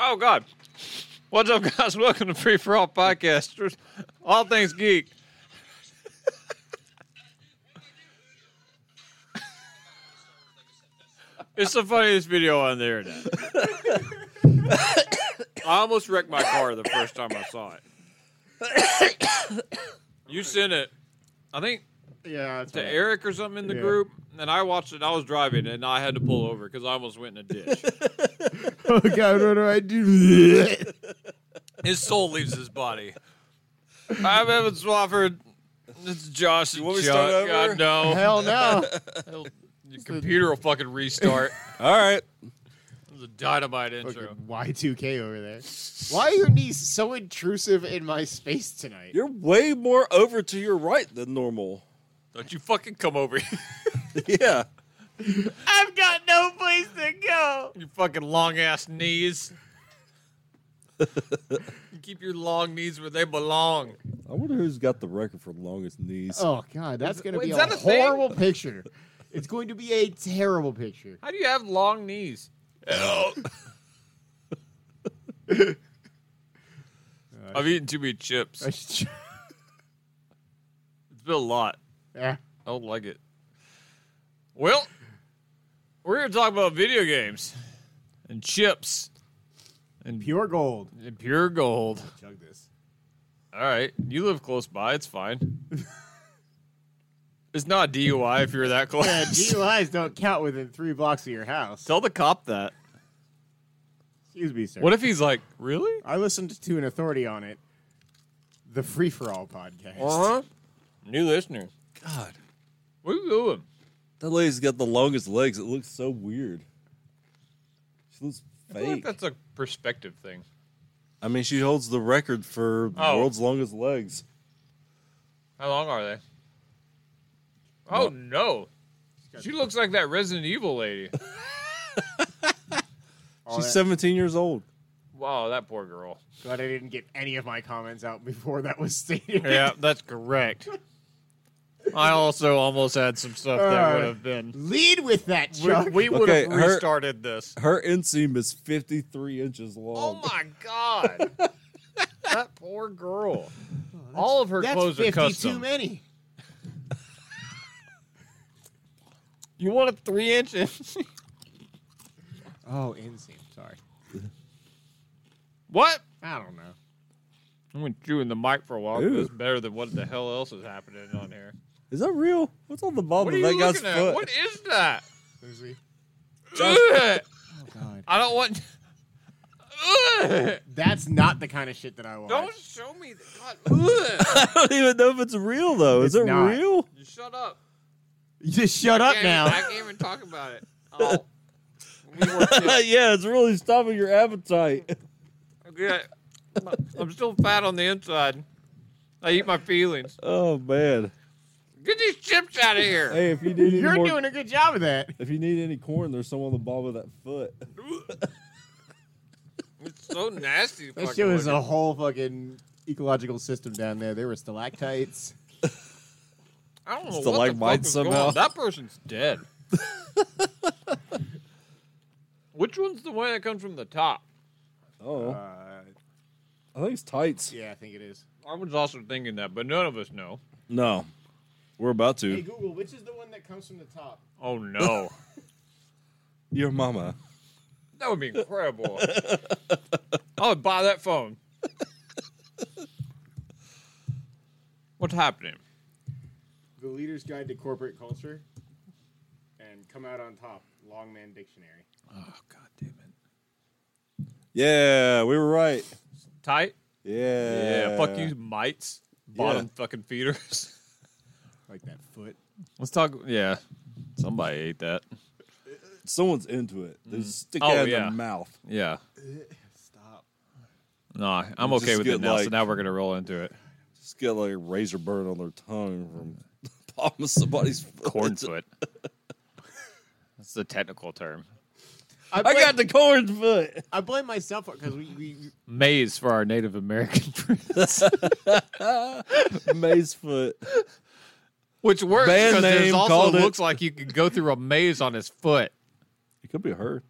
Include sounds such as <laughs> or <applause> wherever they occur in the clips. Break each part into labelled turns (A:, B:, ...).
A: Oh God! What's up, guys? <laughs> Welcome to Free for All Podcast, all things geek. <laughs> it's the funniest video on the internet. I almost wrecked my car the first time I saw it. <coughs> You sent it, I think,
B: Yeah, it's
A: to
B: right.
A: Eric or something in the
B: Yeah.
A: group, and I watched it. I was driving, and I had to pull over because I almost went in a ditch.
B: Oh God, what do I do?
A: His soul leaves his body. I'm Evan Swafford. This is Josh. You
C: want me to start over?
A: God, no.
B: <laughs> <laughs> Hell no!
A: Hell, Your computer will fucking restart.
C: All right.
A: It was a dynamite intro.
B: Fucking Y two K over <laughs> there. Why are your knees so intrusive in my space tonight?
C: You're way more over to your right than normal.
A: Don't you fucking come over here.
C: yeah.
B: I've got no place to go.
A: You fucking long ass knees. you keep your long knees where they belong.
C: I wonder who's got the record for longest knees.
B: Oh God, that's gonna
A: Wait,
B: be
A: is
B: a,
A: that a thing?
B: horrible picture. It's going to be a terrible <laughs> picture.
A: How do you have long knees? I've eaten too many chips.
B: I should-
A: It's been a lot.
B: yeah.
A: I don't like it. Well, we're going to talk about video games and chips and pure,
B: Pure gold.
A: and pure gold.
B: Chug this.
A: All right. You live close by. It's fine. it's not a DUI if you're that close.
B: Yeah, DUIs don't count within three blocks of your house.
A: <laughs> Tell the cop that.
B: Excuse me, sir.
A: What if he's like, really?
B: I listened to an authority on it, the Free for All podcast.
A: Uh huh. New listener.
C: God.
A: What are you doing?
C: That lady's got the longest legs. It looks so weird. She looks
A: I feel like
C: fake.
A: that's a perspective thing.
C: I mean, she holds the record for the
A: Oh.
C: world's longest legs.
A: How long are they? Oh,
C: Well-
A: no. She looks like that Resident Evil lady. <laughs>
B: All
C: She's
B: that-
C: 17 years old.
A: wow, that poor girl.
B: Glad I didn't get any of my comments out before that was stated.
A: Yeah, that's correct. I also almost had some stuff that
B: Alright.
A: would have been.
B: <laughs> Lead with that,
A: We,
B: Chuck.
A: we would
C: Okay,
A: have
C: her-
A: restarted this.
C: Her inseam is 53 inches
A: Oh
C: long.
A: my god,
B: <laughs>
A: that poor girl. All of her
B: That's
A: clothes are
B: 50 too
A: custom.
B: many.
A: You want a three inch? <laughs>
B: Oh, inseam. Sorry.
A: what?
B: I don't know.
A: I'm gonna chew in the mic for a while. 'cause
C: Ew.
A: It's better than what the hell else is happening on here.
C: Is that real? What's on Oh, the
A: What
C: bottom
A: are
C: of
A: you
C: that guy's
A: looking at?
C: foot?
A: What is that?
B: Lucy.
A: Ugh.
B: Oh, God.
A: I don't want. <laughs> Ugh.
B: That's not the kind of shit that I want.
A: Don't show me the god. Ugh.
C: <laughs> <laughs> I don't even know if it's real, though. Is
B: It's
C: it
B: not.
C: real? <laughs>
A: You Shut up.
B: Just shut up
A: can't
B: now. <laughs>
A: even- I can't even talk about it. Oh. We
B: <laughs>
A: worked it.
C: yeah, it's really stopping your appetite. <laughs>
A: Okay. I'm still fat on the inside. I eat my feelings.
C: Oh, man.
A: Get these chips out of here.
C: Hey, if you need any
B: You're
C: more,
B: doing a good job of that.
C: if you need any corn, there's some on the bottom of that foot.
A: It's so nasty.
B: That
A: fucking
B: shit was a
A: looking.
B: whole fucking ecological system down there. There were stalactites.
A: I don't know
C: It's the
A: what the fuck
C: like-minded
A: was going
C: somehow.
A: on. That person's
B: <laughs>
A: dead. Which one's the one that comes from the top?
C: Oh,
B: Uh,
C: I think it's tights.
B: yeah, I think it is.
A: I was also thinking that, but none of us know.
C: No, we're about
B: Hey,
C: to.
B: Google, which is the one that comes from the top?
A: Oh no,
C: Your mama.
A: that would be incredible. I would buy that phone. What's happening?
B: The Leader's Guide to Corporate Culture. And come out on top, Longman Dictionary.
A: Oh god damn it!
C: Yeah, we were right.
A: Tight.
C: Yeah.
A: Yeah, fuck you, mites, bottom
C: Yeah.
A: fucking feeders.
B: Like that foot.
A: <laughs> Let's talk. Yeah, somebody ate that.
C: Someone's into it. They just stick
A: Oh,
C: it in
A: yeah.
C: their mouth.
A: Yeah,
B: Stop.
A: no, I'm
C: Just
A: okay with it
C: get,
A: now. so
C: like-
A: now we're gonna roll into
C: <laughs>
A: it.
C: Just get like a razor burn on their tongue
A: <laughs>
C: from the bottom of somebody's foot.
A: Cornfoot. That's the technical term.
B: I,
C: I
B: blame,
C: got the corn foot.
A: <laughs>
B: I blame myself because we, we
A: Maize for our Native American <laughs> friends,
C: Maze foot.
A: which works
C: Band
A: because there's
C: name
A: also
C: called it.
A: looks like you could go through a maze on his foot.
C: It could be her.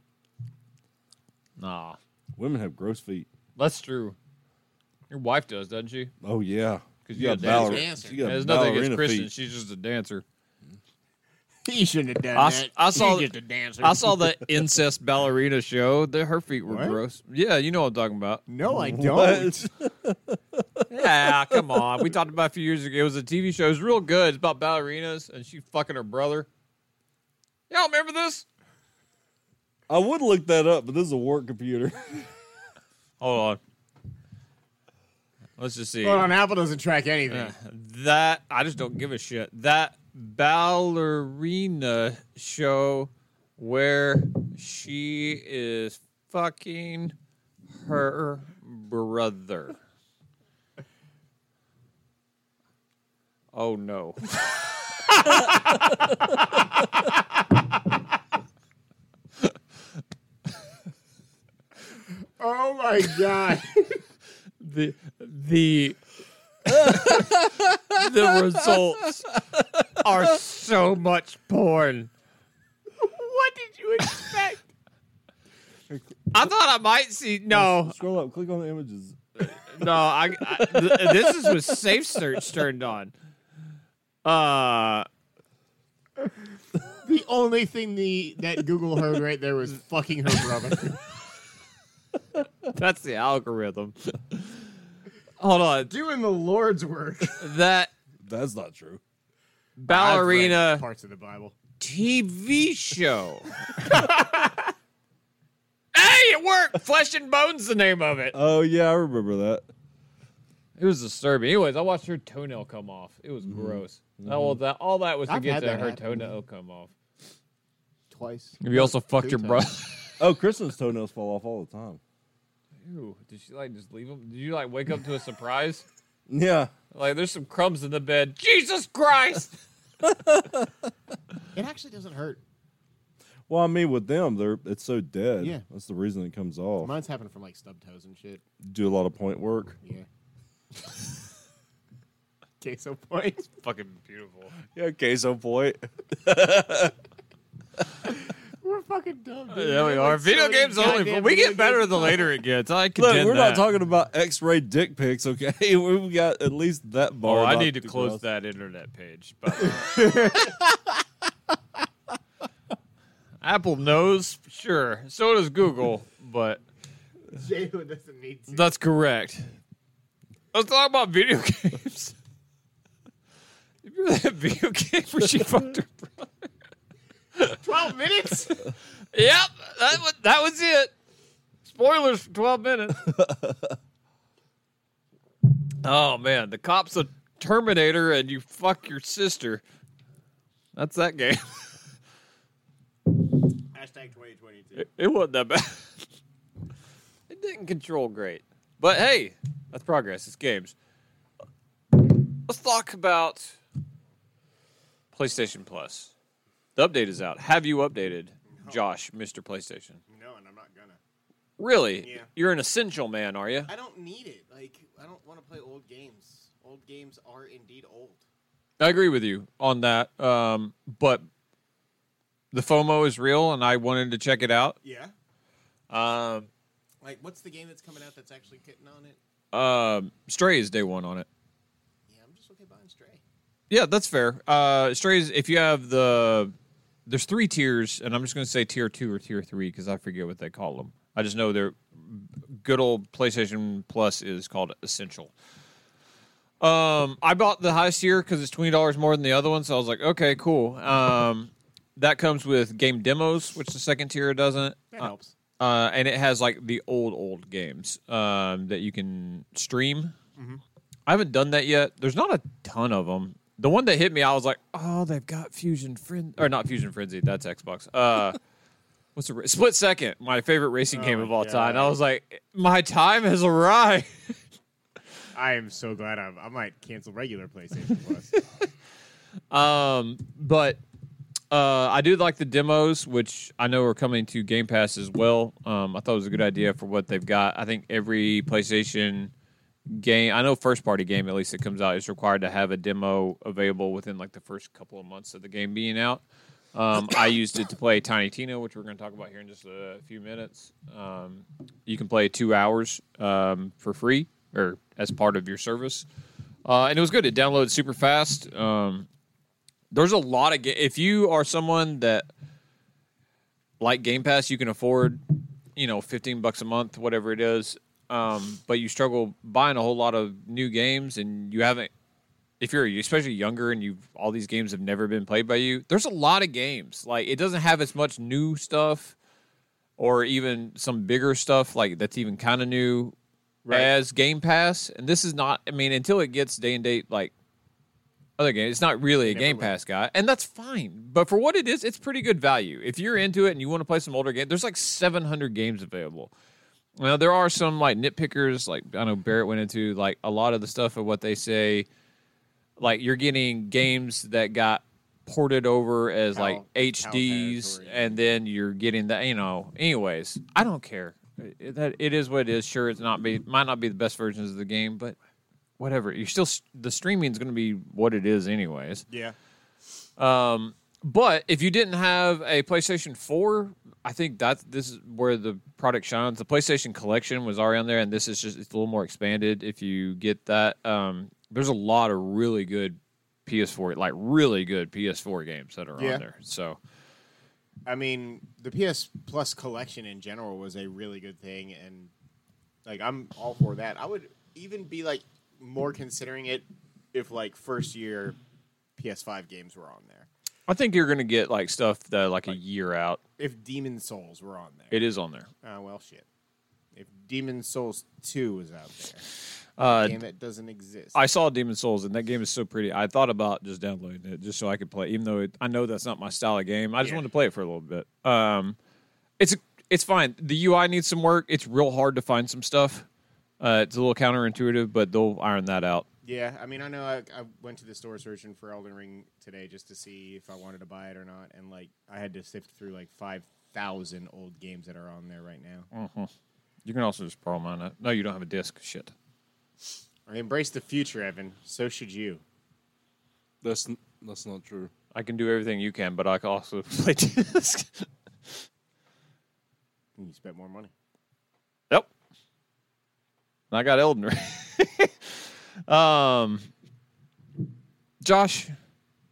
A: Nah,
C: Women have gross feet.
A: That's true. Your wife does, doesn't she?
C: Oh yeah,
A: 'Cause
C: She
A: you
C: got
A: a dancer.
C: baller-
D: Dancer.
C: She got
A: Yeah, There's nothing against
C: ballerina
A: Christian.
C: feet.
A: She's just a dancer.
B: He shouldn't have done
A: I s-
B: that.
A: I saw
B: He's
A: th-
B: just a dancer.
A: I saw that incest ballerina show. The, her feet were
B: What?
A: gross. Yeah, you know what I'm talking about.
B: No, I don't.
C: What?
A: Yeah, come on. We talked about it a few years ago. It was a TV show. It was real good. It's about ballerinas and she fucking her brother. Y'all remember this?
C: I would look that up, but this is a
A: <laughs>
C: work computer.
A: Hold on. Let's just see.
B: Hold on, Apple doesn't track anything.
A: Uh, <laughs> that I just don't give a shit. That ballerina show where she is fucking her brother. Oh no.
B: Oh my god. <laughs>
A: the the the results are so much porn.
B: what did you expect?
A: <laughs> I thought I might see. No,
C: Scroll up, click on the images.
A: no. I, I th- this is with safe search turned on. Uh,
B: the only thing the that Google heard right there was fucking her brother.
A: that's the algorithm. Hold on,
B: <laughs> Doing the Lord's work.
A: that
C: That's not true.
B: I've read
A: ballerina
B: parts of the Bible.
A: TV <laughs> show. hey, it worked. Flesh and Bones, the name of it.
C: Oh yeah, I remember that.
A: It was disturbing. Anyways, I watched her toenail come off. It was gross. That, well, that all Mm-hmm. that was to
B: I've
A: get
B: had
A: to
B: that
A: her
B: happen.
A: toenail come off.
B: Twice.
A: You also fucked your
B: times.
A: brother.
C: Oh, Kristen's toenails fall off all the time.
A: <laughs> Ew, did she like just leave him? Did you like wake up to a surprise?
C: Yeah,
A: Like there's some crumbs in the bed. Jesus <laughs> Christ!
B: It actually doesn't hurt.
C: Well, I mean, with them, they're it's so dead.
B: Yeah.
C: that's the reason it comes off.
B: Mine's happened from like stub toes and shit.
C: Do a lot of point work.
A: <laughs>
B: Yeah. Queso points.
A: Fucking beautiful.
C: Yeah, queso point.
B: We're fucking dumb. Dude.
A: Yeah, we
B: Like,
A: are.
B: so
A: Video
B: many
A: games only.
B: goddamn
A: We
B: video
A: get better
B: games.
A: the later it gets. I
C: Look,
A: contend
C: we're
A: that.
C: not talking about X-ray dick pics, okay? <laughs> We've got at least that bar.
A: Oh, I
C: not
A: need to close
C: cross.
A: that internet page. by the way. <laughs> Apple knows, sure. So does Google, but
B: J-Lo doesn't need to.
A: That's correct. Let's talk about video <laughs> games. You remember that video game where <laughs> she fucked her brother?
B: <laughs> Twelve minutes.
A: Yep, that was, that was it. Spoilers for 12 minutes. <laughs> oh, man. The cop's a Terminator and you fuck your sister. That's that game.
B: Hashtag 2022.
A: It, it wasn't that bad. <laughs> It didn't control great. But hey, that's progress. It's games. Let's talk about PlayStation Plus. The update is out. Have you updated, Josh, Mr. PlayStation?
B: No, and I'm not gonna.
A: Really?
B: Yeah.
A: You're an essential man, are you?
B: I don't need it. Like I don't want to play old games. Old games are indeed old.
A: I agree with you on that. Um, but the FOMO is real, and I wanted to check it out.
B: Yeah.
A: Um,
B: Like what's the game that's coming out that's actually getting on it?
A: um, Stray is day one on it.
B: Yeah, I'm just okay buying Stray.
A: Yeah, that's fair. Uh, strays. If you have the, there's three tiers, and I'm just going to say tier two or tier three because I forget what they call them. I just know they're good old PlayStation Plus is called essential. Um, I bought the highest tier because it's twenty dollars more than the other one, so I was like, okay, cool. Um, that comes with game demos, which the second tier doesn't.
B: That
A: Uh,
B: helps.
A: uh, and it has like the old old games um, that you can stream.
B: Mm-hmm.
A: I haven't done that yet. There's not a ton of them. The one that hit me, I was like, oh, they've got Fusion Frenzy or not Fusion Frenzy. That's Xbox. Uh, <laughs> what's a split second? My favorite racing game
B: Oh my
A: of all time.
B: God.
A: I was like, my time has arrived.
B: I am so glad I'm, I might cancel regular PlayStation <laughs> Plus.
A: Um, but uh, I do like the demos, which I know are coming to Game Pass as well. Um, I thought it was a good idea for what they've got. I think every PlayStation game, I know first party game at least that comes out, is required to have a demo available within like the first couple of months of the game being out. Um, I used it to play Tiny Tina, which we're going to talk about here in just a few minutes. Um, you can play two hours um, for free or as part of your service, uh, and it was good. It downloaded super fast. Um, there's a lot of ga- if you are someone that like Game Pass, you can afford you know fifteen bucks a month, whatever it is. Um, but you struggle buying a whole lot of new games, and you haven't if you're especially younger and you've all these games have never been played by you, there's a lot of games. Like it doesn't have as much new stuff or even some bigger stuff like that's even kind of new
B: Right.
A: as Game Pass. And this is not I mean, until it gets day and date like other games, it's not really a
B: Never
A: Game
B: will.
A: Pass guy. And that's fine. But for what it is, it's pretty good value. If you're into it and you want to play some older games, there's like seven hundred games available. Now there are some like nitpickers, like I know Barrett went into like a lot of the stuff of what they say like you're getting games that got ported over as
B: Cal-
A: like
B: Cal
A: HDs,
B: territory.
A: and then you're getting the you know. Anyways, I don't care. It, that it is what it is. Sure, it's not be might not be the best versions of the game, but whatever. You're still s- the streaming is going to be what it is, anyways.
B: Yeah.
A: But if you didn't have a PlayStation 4, I think that's this is where the product shines. The PlayStation Collection was already on there, and this is just it's a little more expanded. If you get that, um, there's a lot of really good PS4, like really good PS4 games that are
B: Yeah.
A: on there. So
B: I mean, the PS Plus collection in general was a really good thing, and like I'm all for that. I would even be like more considering it if like first year PS5 games were on there,
A: I think you're gonna get like stuff that like a year out.
B: if Demon Souls were on there.
A: It is on there.
B: Oh well, shit. If Demon Souls Two was out there,
A: Uh,
B: a game that doesn't exist.
A: I saw Demon Souls, and that game is so pretty. I thought about just downloading it just so I could play, even though it, I know that's not my style of game. I just
B: Yeah.
A: wanted to play it for a little bit. Um, it's it's fine. The UI needs some work. It's real hard to find some stuff. Uh, it's a little counterintuitive, but they'll iron that out.
B: yeah, I mean, I know I, I went to the store searching for Elden Ring today just to see if I wanted to buy it or not, and like I had to sift through like five thousand old games that are on there right now.
A: You can also just borrow mine. No, you don't have a disc. Shit.
B: I embrace the future, Evan. So should you.
C: That's n- that's not true.
A: I can do everything you can, but I can also <laughs> play disc.
B: Hmm, You spent more money.
A: Yep. And I got Elden Ring. <laughs> um, Josh,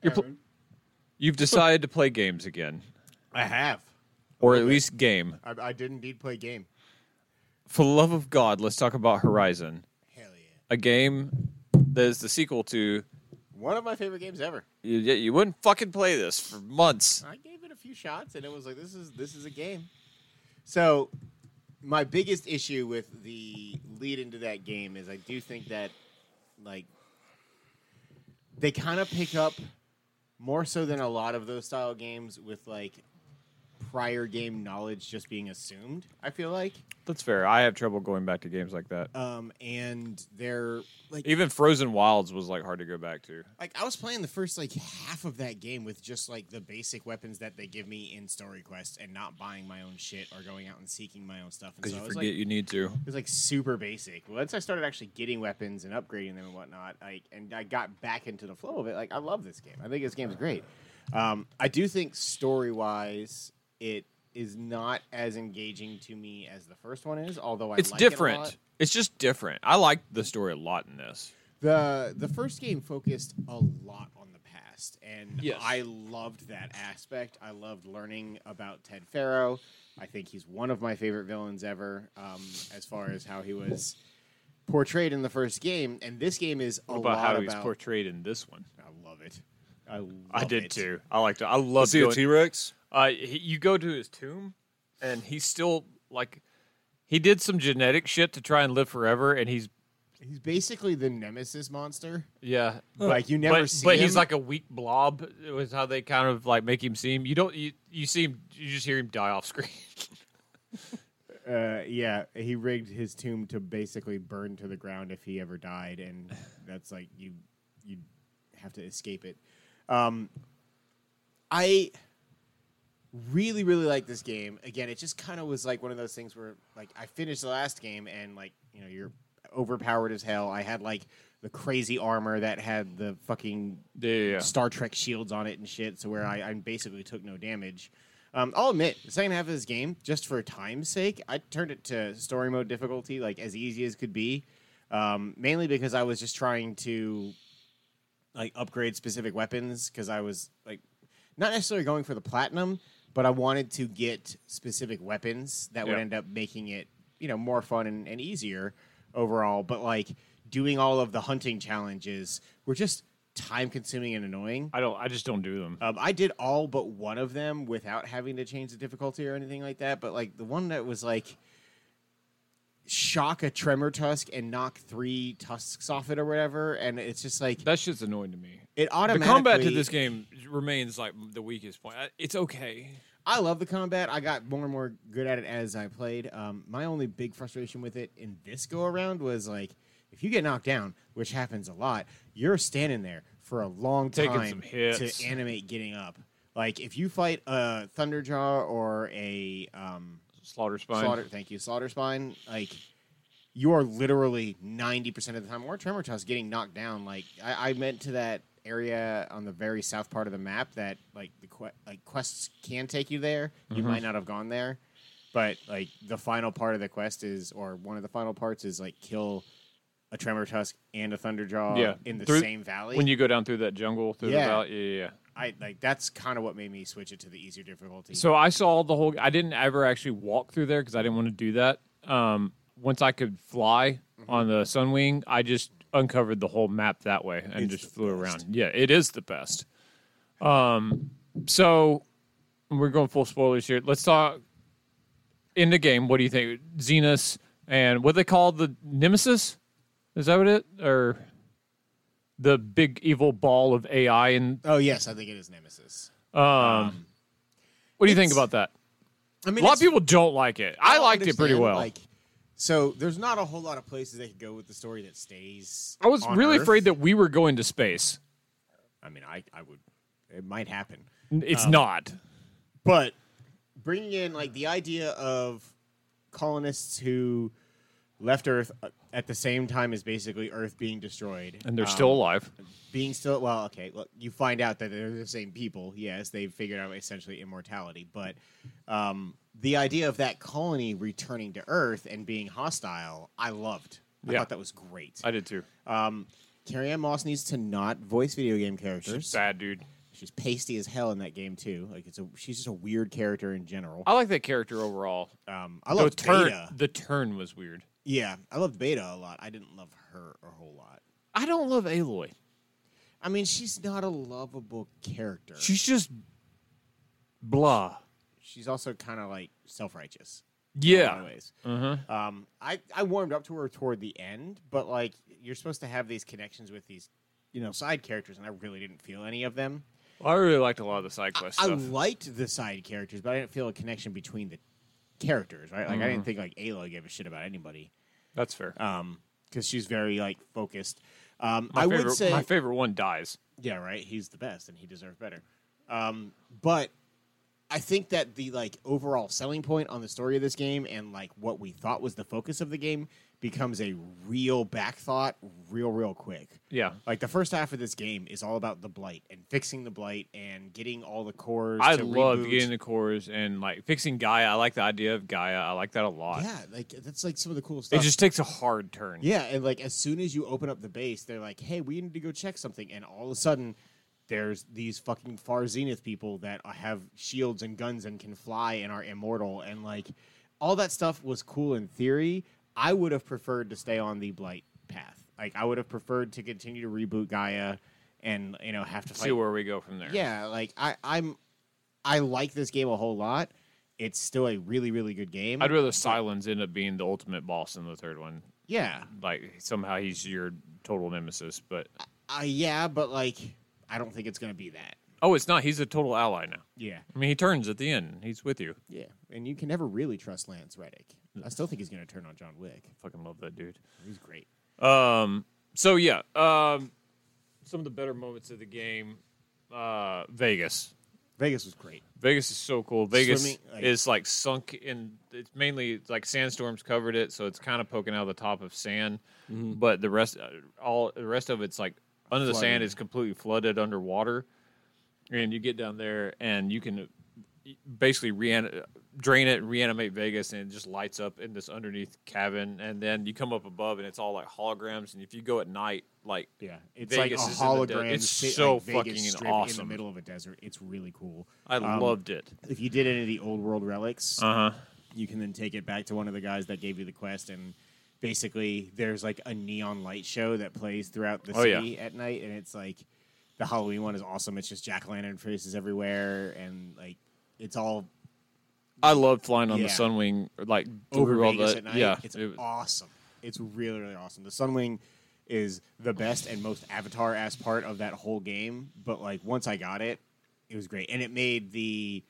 A: you're pl- you've decided to play games again,
B: I have.
A: or at least game.
B: I, I did indeed play game.
A: For the love of God, let's talk about Horizon,
B: Hell yeah!
A: a game that is the sequel to.
B: One of my favorite games ever.
A: You, you wouldn't fucking play this for months.
B: I gave it a few shots, and it was like this is this is a game. So, my biggest issue with the lead into that game is I do think that, like, they kind of pick up more so than a lot of those style games with like prior game knowledge just being assumed. I feel like,
A: That's fair. I have trouble going back to games like that.
B: um, and they're like
A: Even Frozen Wilds was like hard to go back to.
B: like I was playing the first like half of that game with just like the basic weapons that they give me in story quests and not buying my own shit or going out and seeking my own stuff. And
A: Because
B: so I
A: you
B: was
A: forget
B: like,
A: you need to.
B: it was like super basic. Once I started actually getting weapons and upgrading them and whatnot, like and I got back into the flow of it. Like I love this game. I think this game's great. Um, I do think story wise, it is not as engaging to me as the first one is. Although I
A: It's
B: like It a lot.
A: different. It's just different. I like the story a lot in this.
B: the the first game focused a lot on the past and
A: Yes.
B: i loved that aspect i loved learning about ted farrow i think he's one of my favorite villains ever um, as far as how he was portrayed in the first game and this game is a
A: What about
B: lot
A: how
B: about
A: he's portrayed in this one?
B: i love it i, love
A: I did
B: it.
A: too. I liked it. I love
C: Is he a
A: going.
C: T Rex?
A: uh, he, you go to his tomb, and he's still like he did some genetic shit to try and live forever, and he's
B: he's basically the nemesis monster
A: yeah,
B: like you never
A: but,
B: see
A: but
B: him.
A: he's like a weak blob. Was how they kind of like make him seem. You don't you, you see him. You just hear him die off screen.
B: Uh, yeah, he rigged his tomb to basically burn to the ground if he ever died, and that's like you you have to escape it. Um, I really really like this game. Again, it just kind of was like one of those things where like I finished the last game and like you know you're overpowered as hell. I had like the crazy armor that had the fucking
A: <laughs> Yeah, yeah, yeah.
B: Star Trek shields on it and shit, so where I, I basically took no damage. Um, I'll admit, the second half of this game, just for time's sake, I turned it to story mode difficulty, like as easy as could be, um, mainly because I was just trying to like upgrade specific weapons because I was like not necessarily going for the platinum, but I wanted to get specific weapons that would
A: Yeah.
B: end up making it you know more fun and, and easier overall. But like doing all of the hunting challenges were just time consuming and annoying.
A: I don't. I just don't do them.
B: Um, I did all but one of them without having to change the difficulty or anything like that. But like the one that was like shock a tremor tusk and knock three tusks off it or whatever, and it's just like
A: That shit's annoying to me.
B: it
A: The
B: automatically
A: combat to this game remains like the weakest point. I- It's okay.
B: I love the combat. I got more and more good at it as I played. Um, my only big frustration with it in this go around was like, if you get knocked down, which happens a lot, you're standing there for a long
A: Taking
B: time
A: some hits.
B: to animate getting up. Like if you fight a Thunderjaw or a um,
A: Slaughter spine.
B: Slaughter, thank you, Slaughter Spine, like you are literally ninety percent of the time, or Tremor Tusk, getting knocked down. Like I, I meant to that area on the very south part of the map that like the que- like quests can take you there. You
A: Mm-hmm.
B: might not have gone there, but like the final part of the quest is, or one of the final parts is like kill a Tremor Tusk and a Thunderjaw
A: Yeah,
B: in the
A: through-
B: same valley.
A: When you go down through that jungle, through
B: Yeah.
A: the valley, yeah, yeah, yeah.
B: I like that's kind of what made me switch it to the easier difficulty.
A: So I saw the whole. I didn't ever actually walk through there because I didn't want to do that. Um, once I could fly
B: Mm-hmm.
A: on the Sunwing, I just uncovered the whole map that way and
B: It's
A: just
B: the
A: flew
B: best.
A: around. Yeah, it is the best. Um, so we're going full spoilers here. Let's talk in the game. What do you think, Xenos and what they call the Nemesis? Is that what it or the big evil ball of AI? And
B: oh yes, I think it is Nemesis.
A: what do you think
B: It's-
A: about that?
B: I mean,
A: a lot
B: it's
A: of people don't like it. I
B: don't
A: liked it pretty
B: understand,
A: well.
B: Like, so there's not a whole lot of places they could go with the story that stays.
A: I was
B: on
A: really
B: Earth.
A: afraid that we were going to space.
B: I mean, I, I would. It might happen,
A: N- It's not.
B: but bringing in like the idea of colonists who left Earth uh, at the same time as basically Earth being destroyed,
A: And they're
B: um,
A: still alive.
B: being still well okay look you find out that they're the same people yes they figured out essentially immortality but um, the idea of that colony returning to earth and being hostile i loved i
A: Yeah.
B: thought that was great
A: I did too.
B: carrie ann moss needs to not voice video game characters
A: Bad dude.
B: she's pasty as hell in that game too like it's a she's just a weird character in general
A: I like that character overall.
B: um, i
A: The
B: love
A: Uh, turn,
B: beta
A: the turn was weird.
B: yeah i loved beta a lot i didn't love her a whole lot
A: I don't love Aloy.
B: i mean she's not a lovable character
A: She's just blah.
B: she's also kind of like self-righteous lot
A: Yeah. Mm-hmm.
B: of ways. Um, I, I warmed up to her toward the end, but like you're supposed to have these connections with these, you know, side characters, and I really didn't feel any of them.
A: I really liked a lot of the side quest
B: I
A: stuff.
B: liked the side characters, but I didn't feel a connection between the characters. Right? Like I
A: Mm-hmm.
B: didn't think like Ayla gave a shit about anybody
A: That's fair.
B: because she's very like focused. Um,
A: my
B: I
A: favorite,
B: would say
A: my favorite one dies.
B: yeah, right. He's the best, and he deserves better. Um, but I think that the like overall selling point on the story of this game and like what we thought was the focus of the game becomes a real back thought real real quick.
A: Yeah.
B: Like the first half of this game is all about the blight and fixing the blight and getting all the cores.
A: I
B: to
A: loved
B: reboot.
A: getting the cores and like fixing Gaia. I like the idea of Gaia. I like that a lot.
B: yeah, like that's like some of the cool
A: It
B: stuff.
A: just takes a hard turn.
B: Yeah, and like as soon as you open up the base, they're like, "Hey, we need to go check something," and all of a sudden, there's these fucking far zenith people that have shields and guns and can fly and are immortal, and like all that stuff was cool in theory. I would have preferred to stay on the blight path. Like I would have preferred to continue to reboot Gaia, and you know have to
A: See
B: fight
A: where we go from there.
B: yeah, like I, I'm, I like this game a whole lot. It's still a really, really good game.
A: I'd rather Silence end up being the ultimate boss in the third one.
B: yeah,
A: Like somehow he's your total nemesis, but
B: uh, yeah, but like I don't think it's gonna be that.
A: oh, it's not. He's a total ally now.
B: Yeah,
A: I mean, he turns at the end. He's with you.
B: yeah, and you can never really trust Lance Reddick. I still think he's gonna turn on John Wick.
A: Fucking love that dude.
B: He's great.
A: Um. So yeah. Um. Some of the better moments of the game. Uh. Vegas.
B: Vegas was great.
A: Vegas is so cool. Vegas
B: Swimming, like-
A: is like sunk in. it's mainly like sandstorms covered it, so it's kind of poking out of the top of sand.
B: Mm-hmm.
A: But the rest, uh, all the rest of it's like under the sand
C: Flooded.
A: is completely flooded underwater, and you get down there and you can basically rean- drain it, reanimate Vegas, and it just lights up in this underneath cabin. And then you come up above, and it's all like holograms. And if you go at night, like
B: Yeah, it's
A: Vegas
B: like a
A: is in the de-
B: hologram.
A: it's
B: sit-
A: so
B: like Vegas
A: fucking
B: strip in the
A: awesome.
B: middle of a desert. It's really cool.
A: I
B: Um,
A: loved it.
B: If you did any of the old world relics,
A: Uh huh.
B: you can then take it back to one of the guys that gave you the quest, and basically there's like a neon light show that plays throughout the
A: Oh, yeah.
B: city at night, and it's like the Halloween one is awesome. It's just jack o' lantern faces everywhere, and like it's all
A: I love flying on
B: Yeah.
A: the Sunwing, like
B: over
A: through all
B: Vegas
A: the-
B: at night.
A: Yeah,
B: it's
A: it was-
B: awesome. It's really really awesome. The Sunwing is the best and most Avatar ass part of that whole game. But like once I got it, it was great, and it made the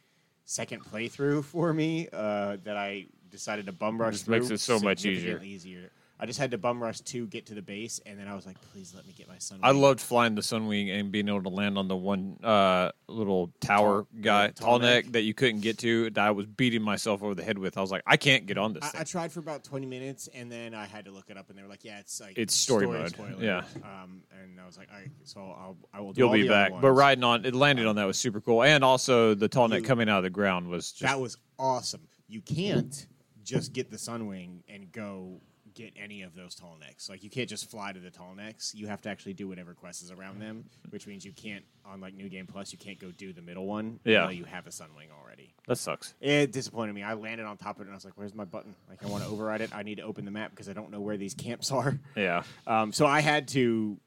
B: second playthrough <laughs> for me uh, that I decided to bum rush.
A: Just makes
B: through
A: it so much easier.
B: significantly easier. I just had to bum rush to get to the base, and then I was like, please let me get my Sunwing.
A: I loved flying the Sunwing and being able to land on the one uh, little tower guy,
B: tall
A: tall neck
B: neck.
A: that you couldn't get to. That I was beating myself over the head with. I was like, I can't get on this.
B: I, I
A: thing.
B: tried for about twenty minutes, and then I had to look it up, and they were like, "Yeah, it's like
A: It's story mode.
B: spoiler.
A: Yeah.
B: um, and I was like, "All right, so I'll I will." Do
A: You'll
B: all
A: be
B: the other
A: back. But
B: ones.
A: riding on it, landing on that was super cool, and also the tall neck
B: You-
A: coming out of the ground was just
B: that was awesome. You can't just get the Sunwing and go get any of those tall necks. Like you can't just fly to the tall necks. You have to actually do whatever quest is around them, which means you can't on like New Game Plus. You can't go do the middle one.
A: Yeah.
B: until you have a Sunwing already.
A: that sucks.
B: It disappointed me. I landed on top of it and I was like, "Where's my button? Like I want to override it. I need to open the map because I don't know where these camps <laughs> are."
A: Yeah,
B: Um, so I had to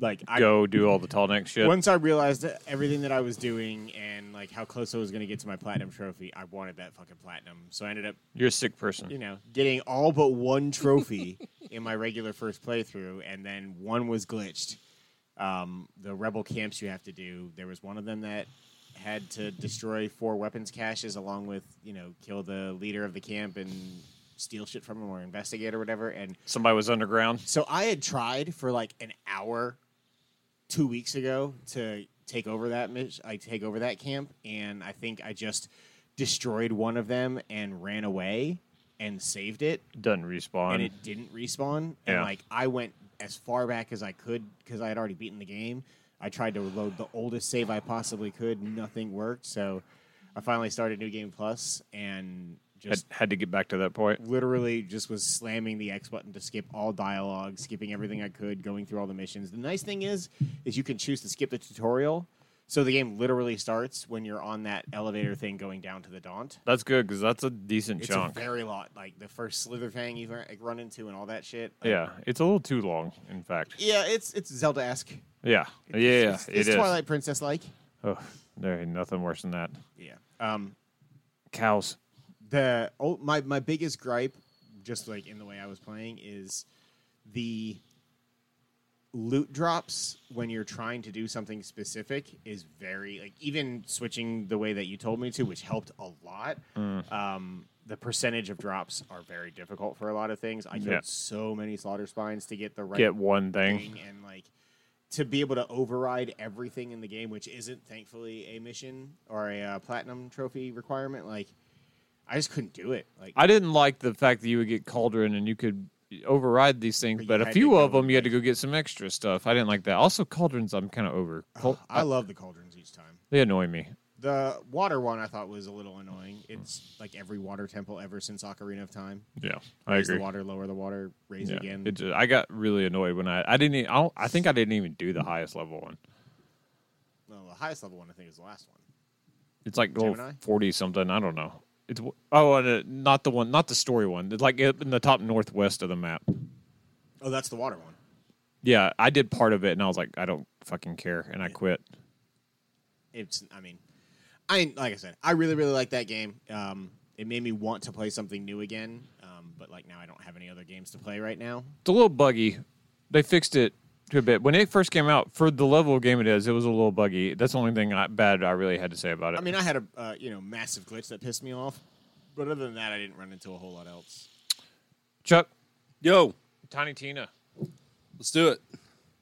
B: like I
A: go do all the tall neck shit.
B: once I realized that everything that I was doing and like how close I was going to get to my platinum trophy, I wanted that fucking platinum. So I ended up,
A: You're a sick person.
B: you know, getting all but one trophy in my regular first playthrough, and then one was glitched. Um, the rebel camps you have to do. There was one of them that had to destroy four weapons caches along with you know kill the leader of the camp and steal shit from him or investigate or whatever. And
A: Somebody was underground.
B: so I had tried for like an hour two weeks ago to take over that mis- I take over that camp, and I think I just destroyed one of them and ran away and saved it,
A: Doesn't respawn.
B: and it didn't respawn. And
A: Yeah.
B: like I went as far back as I could because I had already beaten the game. I tried to load the oldest save I possibly could. Nothing worked, so I finally started New Game Plus and
A: had,
B: just
A: had to get back to that point.
B: literally just was slamming the X button to skip all dialogue, skipping everything I could, going through all the missions. The nice thing is, is you can choose to skip the tutorial, so the game literally starts when you're on that elevator thing going down to the Daunt.
A: That's good because that's a decent
B: It's
A: chunk.
B: a very lot, like the first Slitherfang you like, run into and all that shit. Like,
A: yeah, it's a little too long. In fact.
B: yeah, it's it's Zelda-esque.
A: Yeah, yeah,
B: it's,
A: it
B: it's
A: is.
B: Twilight Princess-like.
A: Oh, there ain't nothing worse than that.
B: Yeah. Um,
A: Cows.
B: the oh, my my biggest gripe, just like in the way I was playing, is the loot drops when you're trying to do something specific is very like even switching the way that you told me to, which helped a lot. Um, the percentage of drops are very difficult for a lot of things. I killed
A: Yeah.
B: so many slaughter spines to get the right
A: Get one thing.
B: thing and like to be able to override everything in the game, which isn't thankfully a mission or a uh, platinum trophy requirement. Like, I just couldn't do it. Like, <sighs>
A: I didn't like the fact that you would get Cauldron and you could override these things,
B: But
A: but,
B: you
A: a
B: had to
A: few
B: go
A: of them you had to go get some extra stuff. I didn't like that. Also, Cauldrons, I'm kind of over. Cau-
B: I love the cauldrons each time.
A: they annoy me.
B: The water one I thought was a little annoying. It's like every water temple ever since Ocarina of Time.
A: Yeah, I
B: Raise the
A: agree.
B: water, lower the water, raise
A: Yeah.
B: again.
A: It ju- I got really annoyed when I I didn't e- I, don't, I think I didn't even do the highest level one.
B: well, the highest level one I think is the last one.
A: It's like oh,
B: Gemini?
A: 40 something. I don't know. It's w- oh, and, uh, not the one, not the story one. It's like up in the top northwest of the map.
B: Oh, that's the water one.
A: Yeah, I did part of it, and I was like, I don't fucking care, and I quit.
B: it's i mean i like i said i really really like that game um it made me want to play something new again um but like now i don't have any other games to play right now
A: It's a little buggy. They fixed it to a bit. When it first came out, for the level of game it is, it was a little buggy. That's the only thing I, bad I really had to say about it.
B: i mean i had a uh, you know massive glitch that pissed me off but other than that i didn't run into a whole lot else
A: Chuck,
C: Yo,
A: Tiny Tina.
C: let's do it.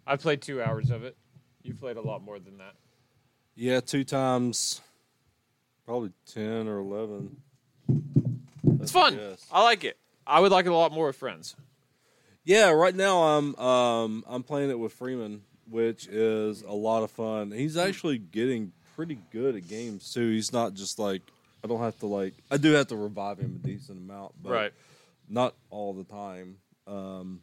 A: I played two hours of it. You played a lot more than that.
C: Yeah, two times, probably ten or eleven.
A: It's fun.
C: Yes.
A: I like it. I would like it a lot more with friends.
C: Yeah, right now I'm um I'm playing it with Freeman, which is a lot of fun.
A: Hmm.
C: He's actually getting pretty good at games too. He's not just like I don't have to like I do have to revive him a decent amount, but
A: Right.
C: not all the time. Um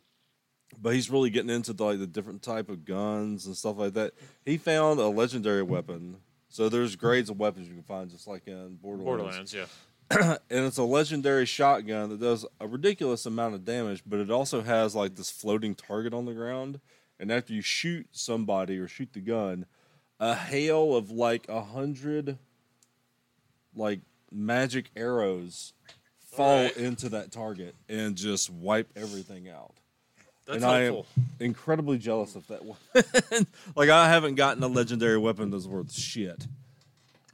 C: but he's really getting into the, like the different type of guns and stuff like that. He found a legendary weapon. So there's grades of weapons you can find just like in Borderlands
A: Borderlands, yeah.
C: and it's a legendary shotgun that does a ridiculous amount of damage, but it also has like this floating target on the ground. And after you shoot somebody or shoot the gun, a hail of like a hundred like magic arrows fall
A: Alright.
C: into that target and just wipe everything out.
A: That's
C: and I am
A: helpful.
C: incredibly jealous of that weapon. <laughs> like I haven't gotten a legendary weapon that's worth shit.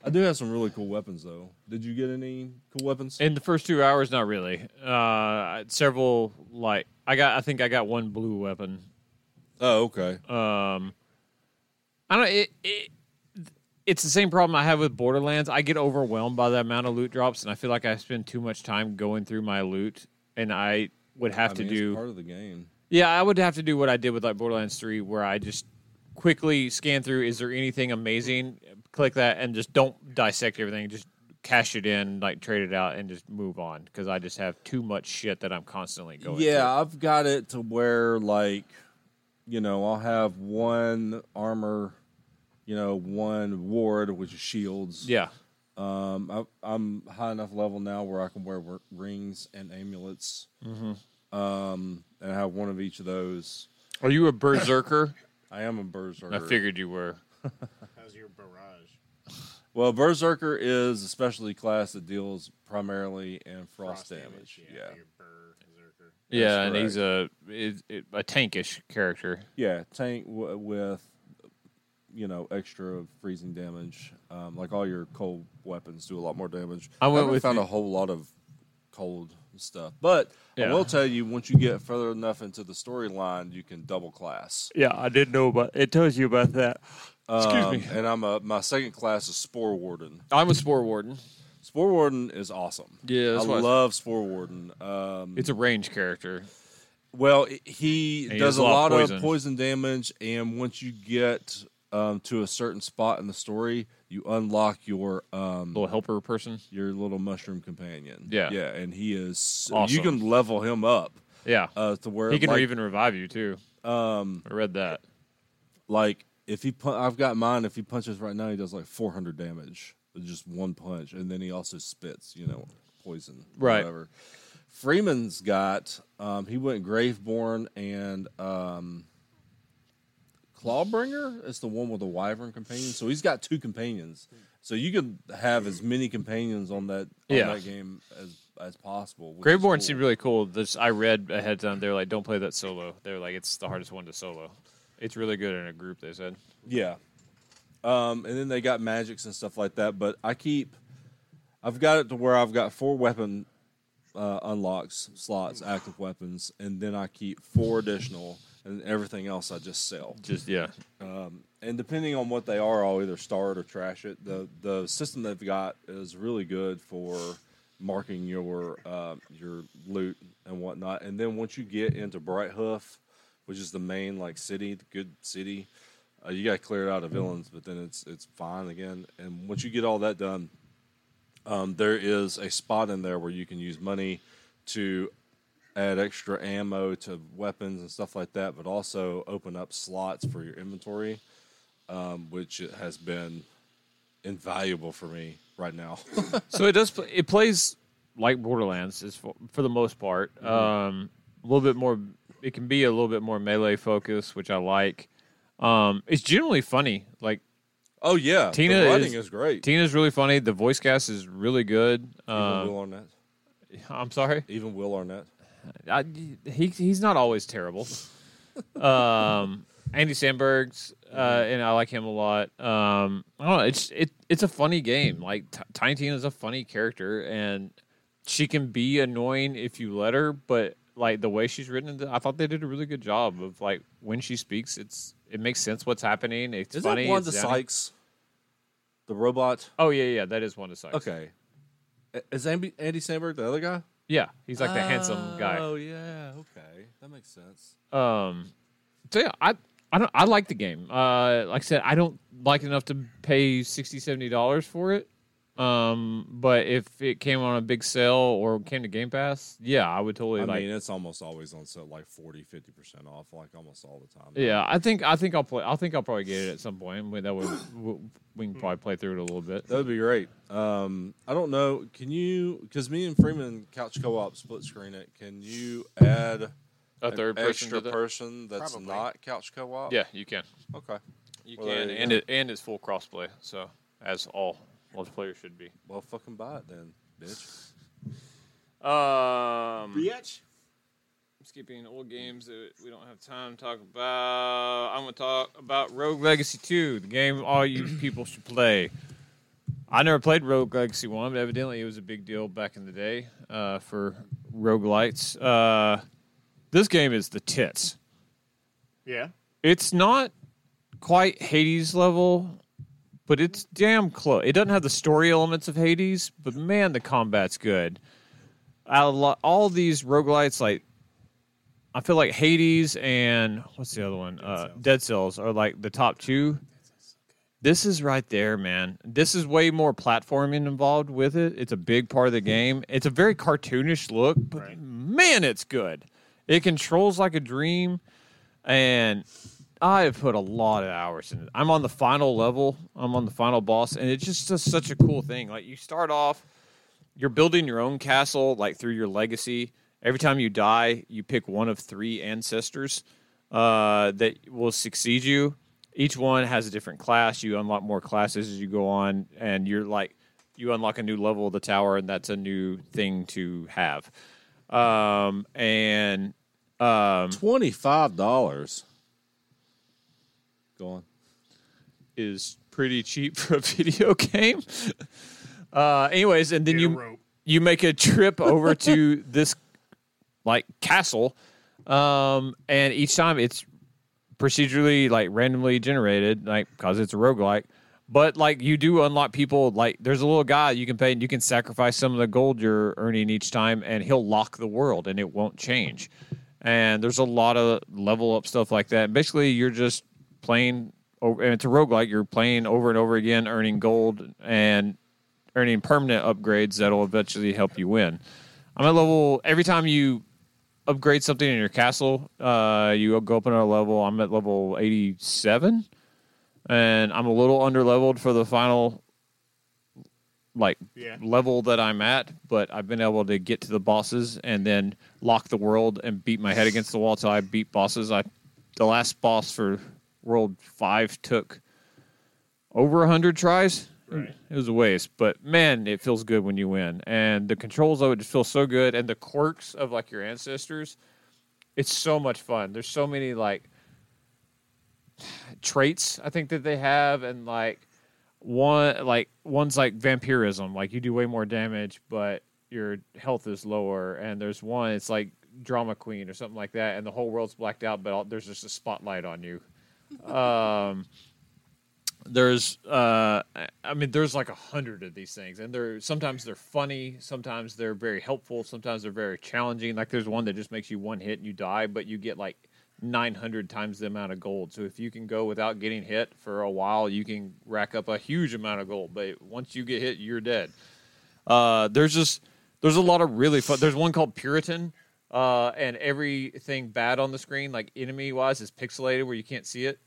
C: I do have some really cool weapons though. Did you get any cool weapons?
A: In the first two hours, not really. Uh, I- several like I got. I think I got one blue weapon.
C: Oh, okay.
A: Um, I don't. It, it it's the same problem I have with Borderlands. I get overwhelmed by the amount of loot drops, and I feel like I spend too much time going through my loot, and I would have
C: I
A: to
C: mean, it's
A: do.
C: part of the game.
A: Yeah, I would have to do what I did with like Borderlands 3 where I just quickly scan through is there anything amazing, click that and just don't dissect everything, just cash it in, like trade it out and just move on cuz I just have too much shit that I'm constantly going
C: yeah, I've got it to where like, you know, I'll have one armor, you know, one ward which is shields.
A: through. Yeah.
C: Um, I, I'm high enough level now where I can wear wor- rings and amulets. Um, and I have one of each of those.
A: Are you a
C: <coughs>
A: berserker?
C: I am a berserker.
A: I figured you were.
D: How's your barrage?
C: Well, berserker is a specialty class that deals primarily in frost, damage. Yeah.
D: Your berserker.
A: Yeah, and he's a is- it- a tankish character.
C: Yeah, tank w- with you know extra freezing damage. Um, like all your cold weapons do a lot more damage.
A: I went
C: haven't
A: with
C: found
A: the-
C: a whole lot of cold stuff, but
A: Yeah.
C: I will tell you once you get further enough into the storyline, you can double class.
A: Yeah, I didn't know about it tells you about that. Excuse
C: Um,
A: me.
C: And I'm a my second class is spore warden.
A: I'm a spore warden.
C: Spore warden is awesome.
A: Yeah, that's
C: I
A: what I-
C: love spore warden. Um,
A: It's a range character.
C: Well, i- he
A: he has
C: does a lot of
A: poison.
C: poison. damage, and once you get um, to a certain spot in the story, you unlock your um,
A: Little helper person.
C: your little mushroom companion.
A: Yeah.
C: yeah, and he is
A: Awesome.
C: you can level him up
A: Yeah.
C: uh, to where
A: He can
C: like,
A: even revive you too. Um, I read that.
C: like if he pun- I've got mine. If he punches right now, he does like four hundred damage with just one punch, and then he also spits. You know, poison. or
A: Right.
C: Whatever. Freeman's got. Um, he went Graveborn and um, Clawbringer is the one with the Wyvern companion. So he's got two companions. So you can have as many companions on that on
A: Yeah.
C: that game as as possible. which is
A: Graveborn
C: cool.
A: seemed really cool. This I read ahead of time. They're like, don't play that solo. They're like, it's the hardest one to solo. It's really good in a group. They said.
C: Yeah. Um, and then they got magics and stuff like that. But I keep, I've got it to where I've got four weapon uh, unlocks slots, active weapons, and then I keep four additional, and everything else I just sell.
A: Just yeah,
C: And depending on what they are, I'll either star it or trash it. the The system they've got is really good for marking your um your loot and whatnot. And then once you get into Brighthoof, which is the main like city, the good city, uh, you got cleared out of villains, but then it's it's fine again. And once you get all that done, um, there is a spot in there where you can use money to add extra ammo to weapons and stuff like that, but also open up slots for your inventory, um, which it has been invaluable for me
A: <laughs>
C: right now.
A: so it does. Play, it plays like Borderlands is for, for the most part. Um, a little bit more. It can be a little bit more melee focused, which I like. Um, it's generally funny. Like
C: oh yeah,
A: Tina
C: the writing
A: is-
C: is, great.
A: Tina's really funny. The voice cast is really good.
C: even
A: Um,
C: Will Arnett,
A: I'm sorry.
C: even Will Arnett.
A: I, he he's not always
C: <laughs>
A: terrible. Um, Andy Sandberg's, uh,
C: Mm-hmm.
A: and I like him a lot. Um, I don't know. It's it it's a funny game. Like T- Tiny Tina is a funny character, and she can be annoying if you let her. But like the way she's written, I thought they did a really good job of like when she speaks, it's it makes sense what's happening. It's
C: Is
A: funny.
C: that Wanda
A: it's downy.
C: Sykes, the robot?
A: Oh yeah, yeah, that is Wanda Sykes.
C: Okay, is Andy, Andy Samberg the other guy?
A: Yeah, he's like the handsome guy.
C: Oh yeah, okay, that makes sense.
A: Um, so yeah, I I don't I like the game. Uh, like I said, I don't like it enough to pay 60 dollars for it. Um, but if it came on a big sale or came to Game Pass, yeah, I would totally
C: I
A: like.
C: mean, it's almost always on sale, like 40 50 percent off, like almost all the time.
A: yeah, I think I think I'll play. I think I'll probably get it at some point. We- That way we, we can probably play through it a little bit.
C: That would be great. Um, I don't know. Can you? Because me and Freeman couch co-op split screen it. Can you add
A: A
C: an
A: third person
C: extra
A: to the
C: person that's
B: Probably.
C: not couch co-op?
A: yeah, you can.
C: Okay.
A: You
C: Well,
A: can,
C: there you
A: and
C: go.
A: it, and it's full crossplay, so as all multiplayer should be.
C: Well, fucking buy it then, bitch.
A: Um,
B: Bitch.
A: skipping old games that we don't have time to talk about. I'm gonna talk about Rogue Legacy Two, the game all you <coughs> people should play. I never played Rogue Legacy One, but evidently it was a big deal back in the day uh, for roguelites. Uh, this game is the tits.
D: Yeah.
A: It's not quite Hades level, but it's damn close. It doesn't have the story elements of Hades, but man, the combat's good. I lo- all these roguelites, like, I feel like Hades and what's the other one? uh, Dead Cells are like the top two. This is right there, man. This is way more platforming involved with it. It's a big part of the game. It's a very cartoonish look, but
D: Right.
A: man, it's good. It controls like a dream and I have put a lot of hours in it. I'm on the final level. I'm on the final boss, and it's just, just such a cool thing. Like you start off, you're building your own castle, like through your legacy. Every time you die, you pick one of three ancestors uh, that will succeed you. Each one has a different class. You unlock more classes as you go on, and you're like, you unlock a new level of the tower, and that's a new thing to have. Um, and um,
C: Twenty five dollars. Go on.
A: is pretty cheap <laughs> for a video game. Uh, anyways, and then
D: Get a
A: you
D: rope.
A: you make a trip over to this like castle, um, and each time it's procedurally like randomly generated, like because it's a roguelike. But like you do unlock people, like there's a little guy you can pay and you can sacrifice some of the gold you're earning each time, and he'll lock the world and it won't change. And there's a lot of level up stuff like that. Basically, you're just playing, over, and it's a roguelike. You're playing over and over again, earning gold and earning permanent upgrades that'll eventually help you win. I'm at level every time you upgrade something in your castle. Uh, you go up another level. I'm at level 87, and I'm a little under leveled for the final like
D: Yeah.
A: level that I'm at. But I've been able to get to the bosses and then lock the world and beat my head against the wall till I beat bosses. I the last boss for world five took over 100 tries.
D: Right.
A: It was a waste, but man, it feels good when you win. And the controls of it just feel so good. And the quirks of like your ancestors, it's so much fun. There's so many like traits I think that they have, and like one like one's like vampirism, like you do way more damage, but your health is lower. And there's one it's like drama queen or something like that, and the whole world's blacked out, but all, there's just a spotlight on you there's uh I- i mean there's like a hundred of these things and they're sometimes they're funny sometimes they're very helpful sometimes they're very challenging like there's one that just makes you one hit and you die but you get like 900 times the amount of gold so if you can go without getting hit for a while you can rack up a huge amount of gold but once you get hit you're dead uh, there's just there's a lot of really fun. There's one called Puritan, uh, and everything bad on the screen, like enemy wise, is pixelated where you can't see it.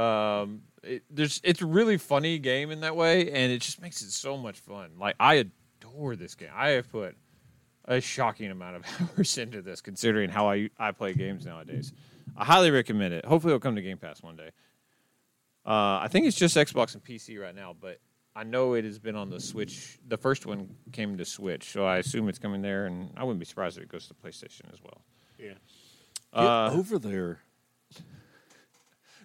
A: Um, it, there's it's a really funny game in that way, and it just makes it so much fun. Like I adore this game. I have put a shocking amount of <laughs> hours into this, considering how I I play games nowadays. I highly recommend it. Hopefully, it'll come to Game Pass one day. Uh, I think it's just Xbox and PC right now, but I know it has been on the Switch. The first one came to Switch, so I assume it's coming there, and I wouldn't be surprised if it goes to PlayStation as well.
D: Yeah.
C: Get
A: Uh,
C: over there.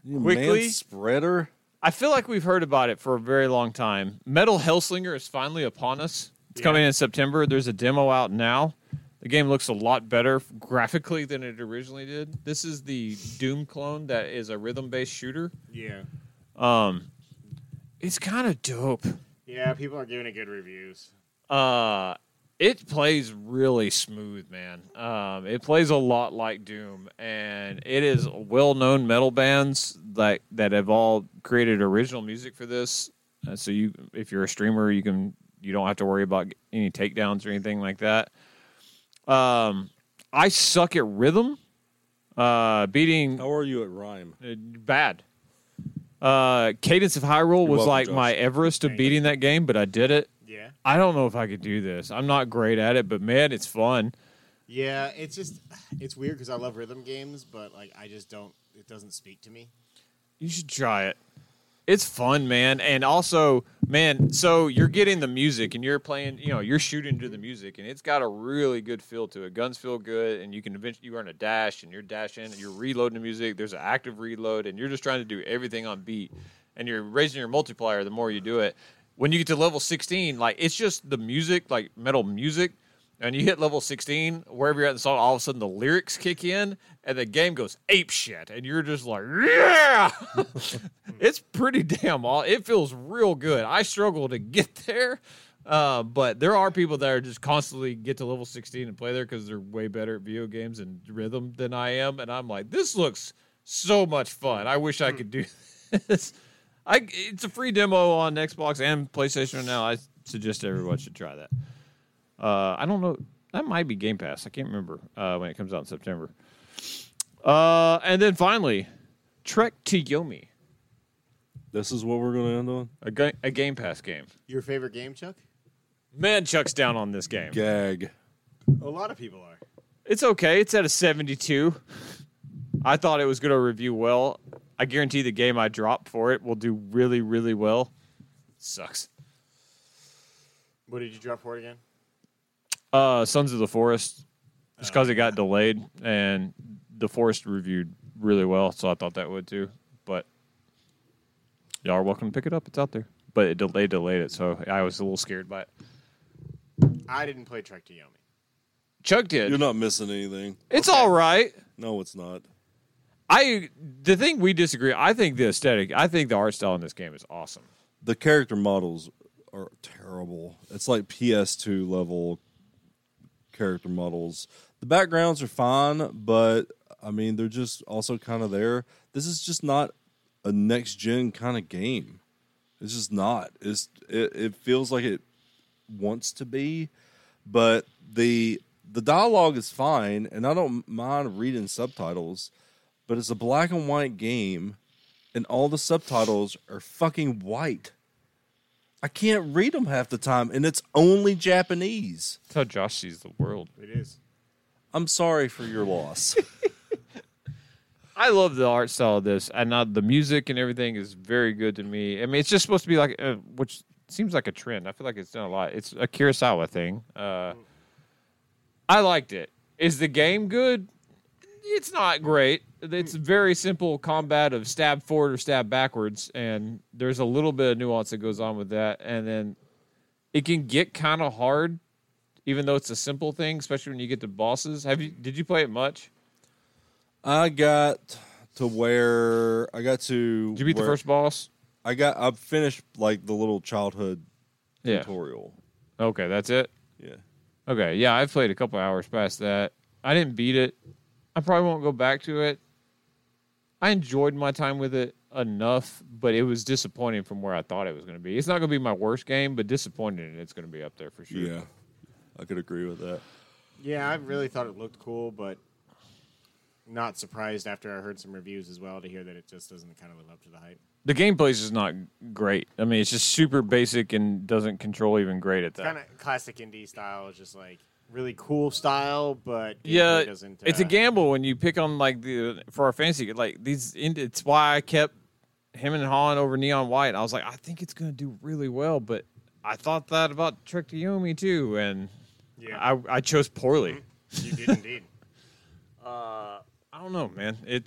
C: You
A: Quickly?
C: man spreader.
A: I feel like we've heard about it for a very long time. Metal Hellslinger is finally upon us. It's coming in September. There's a demo out now. The game looks a lot better graphically than it originally did. This is the Doom clone that is a rhythm-based shooter.
D: Yeah.
A: Um, it's kind of dope.
D: Yeah. People are giving it good reviews.
A: Uh, It plays really smooth, man. Um, it plays a lot like Doom, and it is well-known metal bands that that have all created original music for this. Uh, so you, if you're a streamer, you can you don't have to worry about any takedowns or anything like that. Um, I suck at rhythm. Uh, beating
C: How are you at rhyme?
A: uh, bad. Uh, Cadence of Hyrule was
C: welcome,
A: like
C: Josh.
A: my Everest of beating that game, but I did it.
B: Yeah.
A: I don't know if I could do this. I'm not great at it, but man, it's fun.
B: Yeah. It,
D: It's just it's weird because I love rhythm games, but like I just don't. It doesn't speak to me.
A: You should try it. It's fun, man. And also, man, so you're getting the music and you're playing, you know, you're shooting to the music and it's got a really good feel to it. Guns feel good and you can eventually you earn a dash and you're dashing and you're reloading the music. There's an active reload and you're just trying to do everything on beat and you're raising your multiplier the more you do it. When you get to level 16, like it's just the music, like metal music, and you hit level 16, wherever you're at in the song, all of a sudden the lyrics kick in and the game goes ape shit. And you're just like, yeah, <laughs> it's pretty damn all. It feels real good. I struggle to get <laughs> there. Uh, but there are people that are just constantly get to level 16 and play there because they're way better at video games and rhythm than I am. And I'm like, this looks so much fun. I wish I could do <laughs> this. I, it's a free demo on Xbox and PlayStation now. I suggest everyone should try that. Uh, I don't know. That might be Game Pass. I can't remember uh, when it comes out in September. Uh, and then finally, Trek to Yomi,
C: This is what we're going to end on.
A: a, ga- a Game Pass game.
D: Your favorite game, Chuck?
A: Man, Chuck's down on this game.
C: Gag.
D: A lot of people are.
A: It's okay. It's at a 72. I thought it was going to review well. I guarantee the game I drop for it will do really, really well. Sucks.
D: What did you drop for it again?
A: Uh, Sons of the Forest, just because it got delayed, and the Forest reviewed really well, so I thought that would too. But y'all are welcome to pick it up; it's out there. But it delayed, delayed it, so I was a little scared by it.
D: I didn't play Trek to Yomi.
A: Chuck
C: You're
A: did.
C: not missing anything.
A: it's all right.
C: No, it's not.
A: I the thing we disagree. I think the aesthetic. I think the art style in this game is awesome.
C: The character models are terrible. It's like PS2 level character models. The backgrounds are fine, but I mean, they're just also kind of there. This is just not a next gen kind of game. It's just not. It's it, it feels like it wants to be, but the the dialogue is fine, and I don't mind reading subtitles. But it's a black and white game, and all the subtitles are fucking white. I can't read them half the time, and it's only Japanese.
A: That's how Josh sees the world.
D: It is.
C: I'm sorry for
A: <laughs>
C: your loss.
A: I love the art style of this, and uh, the music and everything is very good to me. I mean, it's just supposed to be like, uh, which seems like a trend. I feel like it's done a lot. It's a Kurosawa thing. Uh, I liked it. Is the game good? It's not great. It's very simple combat of stab forward or stab backwards, and there's a little bit of nuance that goes on with that. And then it can get kind of hard, even though it's a simple thing, especially when you get to bosses. Have you? Did you play it much?
C: I got to where I got to.
A: Did you beat the
C: where-
A: first boss?
C: I got. I finished like the little childhood
A: Yeah.
C: tutorial.
A: Okay, that's it.
C: Yeah.
A: Okay, yeah, I've played a couple hours past that. I didn't beat it. I probably won't go back to it. I enjoyed my time with it enough, but it was disappointing from where I thought it was going to be. It's not going to be my worst game, but disappointing, and it's going to be up there for sure.
C: Yeah. I could agree with that.
D: Yeah, I really thought it looked cool, but not surprised after I heard some reviews as well to hear that it just doesn't kind of live up to the hype.
A: The gameplay is just not great. I mean, it's just super basic and doesn't control even great at that.
D: Kind of classic indie style, it's just like really cool style, but
A: yeah,
D: gameplay doesn't,
A: it's a
D: uh,
A: gamble when you pick on like the for our fantasy like these. ind- It's why I kept him and Han over Neon White. I was like, I think it's gonna do really well, but I thought that about Trick to Yomi too, and
D: Yeah.
A: I I chose poorly.
D: You did indeed.
A: I don't know, man. It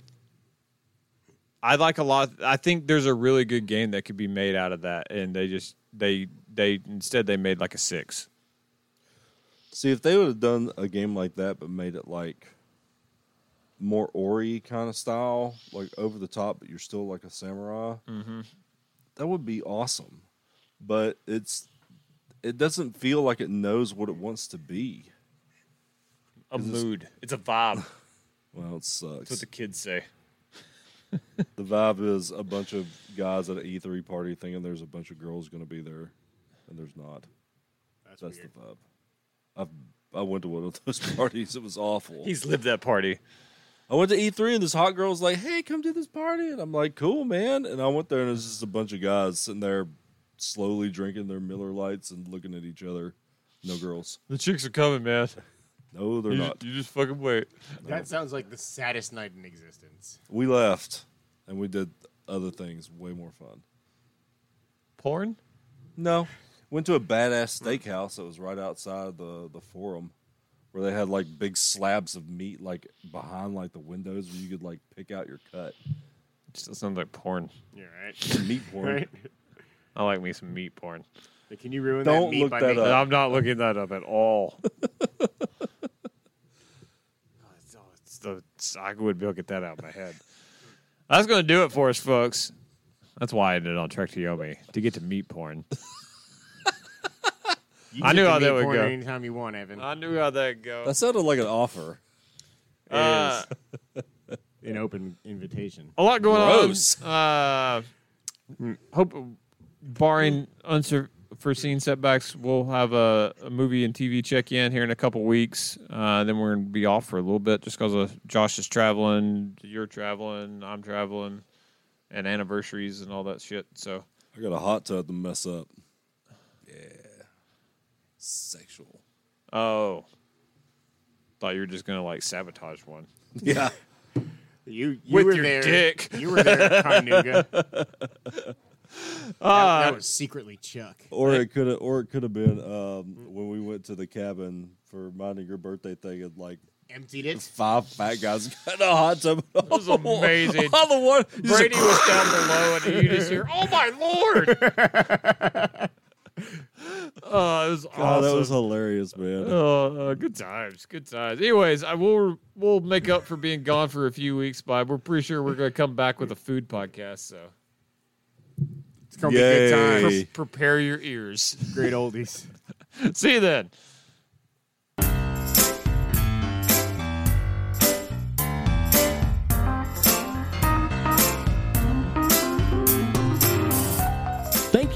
A: I like a lot. I think there's a really good game that could be made out of that, and they just they they instead they made like a six.
C: See, if they would have done a game like that, but made it like more Ori kind of style, like over the top, but you're still like a samurai, mm-hmm. that would be awesome. But it's it doesn't feel like it knows what it wants to be.
A: A mood. It's a <laughs> vibe.
C: Well, it sucks.
A: That's what the kids say.
C: the vibe is a bunch of guys at an E3 party thinking there's a bunch of girls going to be there, and there's not.
D: That's,
C: That's
D: weird.
C: the vibe. I I went to one of those <laughs> parties. It was awful.
A: He's lived that party.
C: I went to E3 and this hot girl's like, "Hey, come to this party," and I'm like, "Cool, man." And I went there and it was just a bunch of guys sitting there, slowly drinking their Miller Lights and looking at each other. No girls.
A: The chicks are coming, man.
C: No, they're not.
A: just fucking wait.
D: <laughs> that sounds like the saddest night in existence.
C: We left and we did other things way more fun.
A: Porn?
C: No. Went to a badass steakhouse that was right outside the, the forum where they had like big slabs of meat like behind like the windows where you could like pick out your cut.
A: Still sounds like porn.
D: You're right.
C: Meat
D: <laughs>
C: porn.
D: right.
A: I like me some meat porn.
D: But Can you ruin
C: Don't
D: that meat
C: look
D: by
C: that
D: making
C: up.
A: And I'm not looking that up at <laughs> all.
D: Oh, it's- oh, it's-
A: It's the I would be able to get that out of my head. That's gonna do it for us, folks. That's why I ended on Trek to Yomi to get to meat porn.
D: You
A: I
D: can
A: knew
D: get
A: how
D: the
A: that
D: meat
A: would
D: porn
A: go. Uh,
D: Anytime you want, Evan.
A: knew how that go. Uh,
C: That sounded like an offer.
D: An open invitation.
A: a lot going
C: Gross.
A: on. Uh, hope, barring unforeseen setbacks, we'll have a, a movie and TV check in here in a couple weeks. Uh, then we're gonna be off for a little bit just because of Josh is traveling, you're traveling, I'm traveling, and anniversaries and all that shit. So
C: I got a hot tub to mess up. Yeah. Sexual.
A: oh, thought you were just gonna like sabotage one.
C: <laughs>
A: <laughs>
C: Yeah.
D: You, you
A: With
D: were
A: your
D: there.
A: dick.
D: You were there, at
A: <laughs>
D: Chattanooga. that,
A: Ah.
D: that was secretly Chuck.
C: Or it could have, or it could have been um, when we went to the cabin for minding your birthday thing, and like
D: Emptied it.
C: five fat guys <laughs> got in a hot tub. It
A: was amazing.
C: <laughs> All the one
A: <laughs> Brady was down below, and you just hear, "Oh my lord!" oh, it was
C: God,
A: awesome.
C: that was hilarious, man.
A: Oh, uh, good times, good times. Anyways, I will we'll make up for being gone for a few weeks, but we're pretty sure we're going to come back with a food podcast. So
D: It's gonna be a good
C: Yay.
D: time.
A: pre- prepare your ears. <laughs>
D: Great oldies.
A: See you then.
E: Thank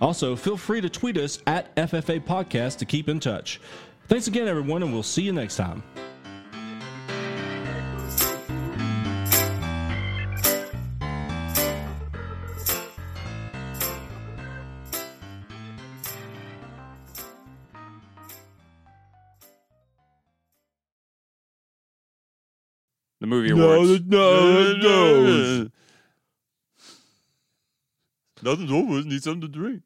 E: Also, feel free to tweet us at FFA Podcast to keep in touch. Thanks again, everyone, and we'll see you next time.
A: The movie awards.
C: no,
A: Nothing's over. Need something to drink.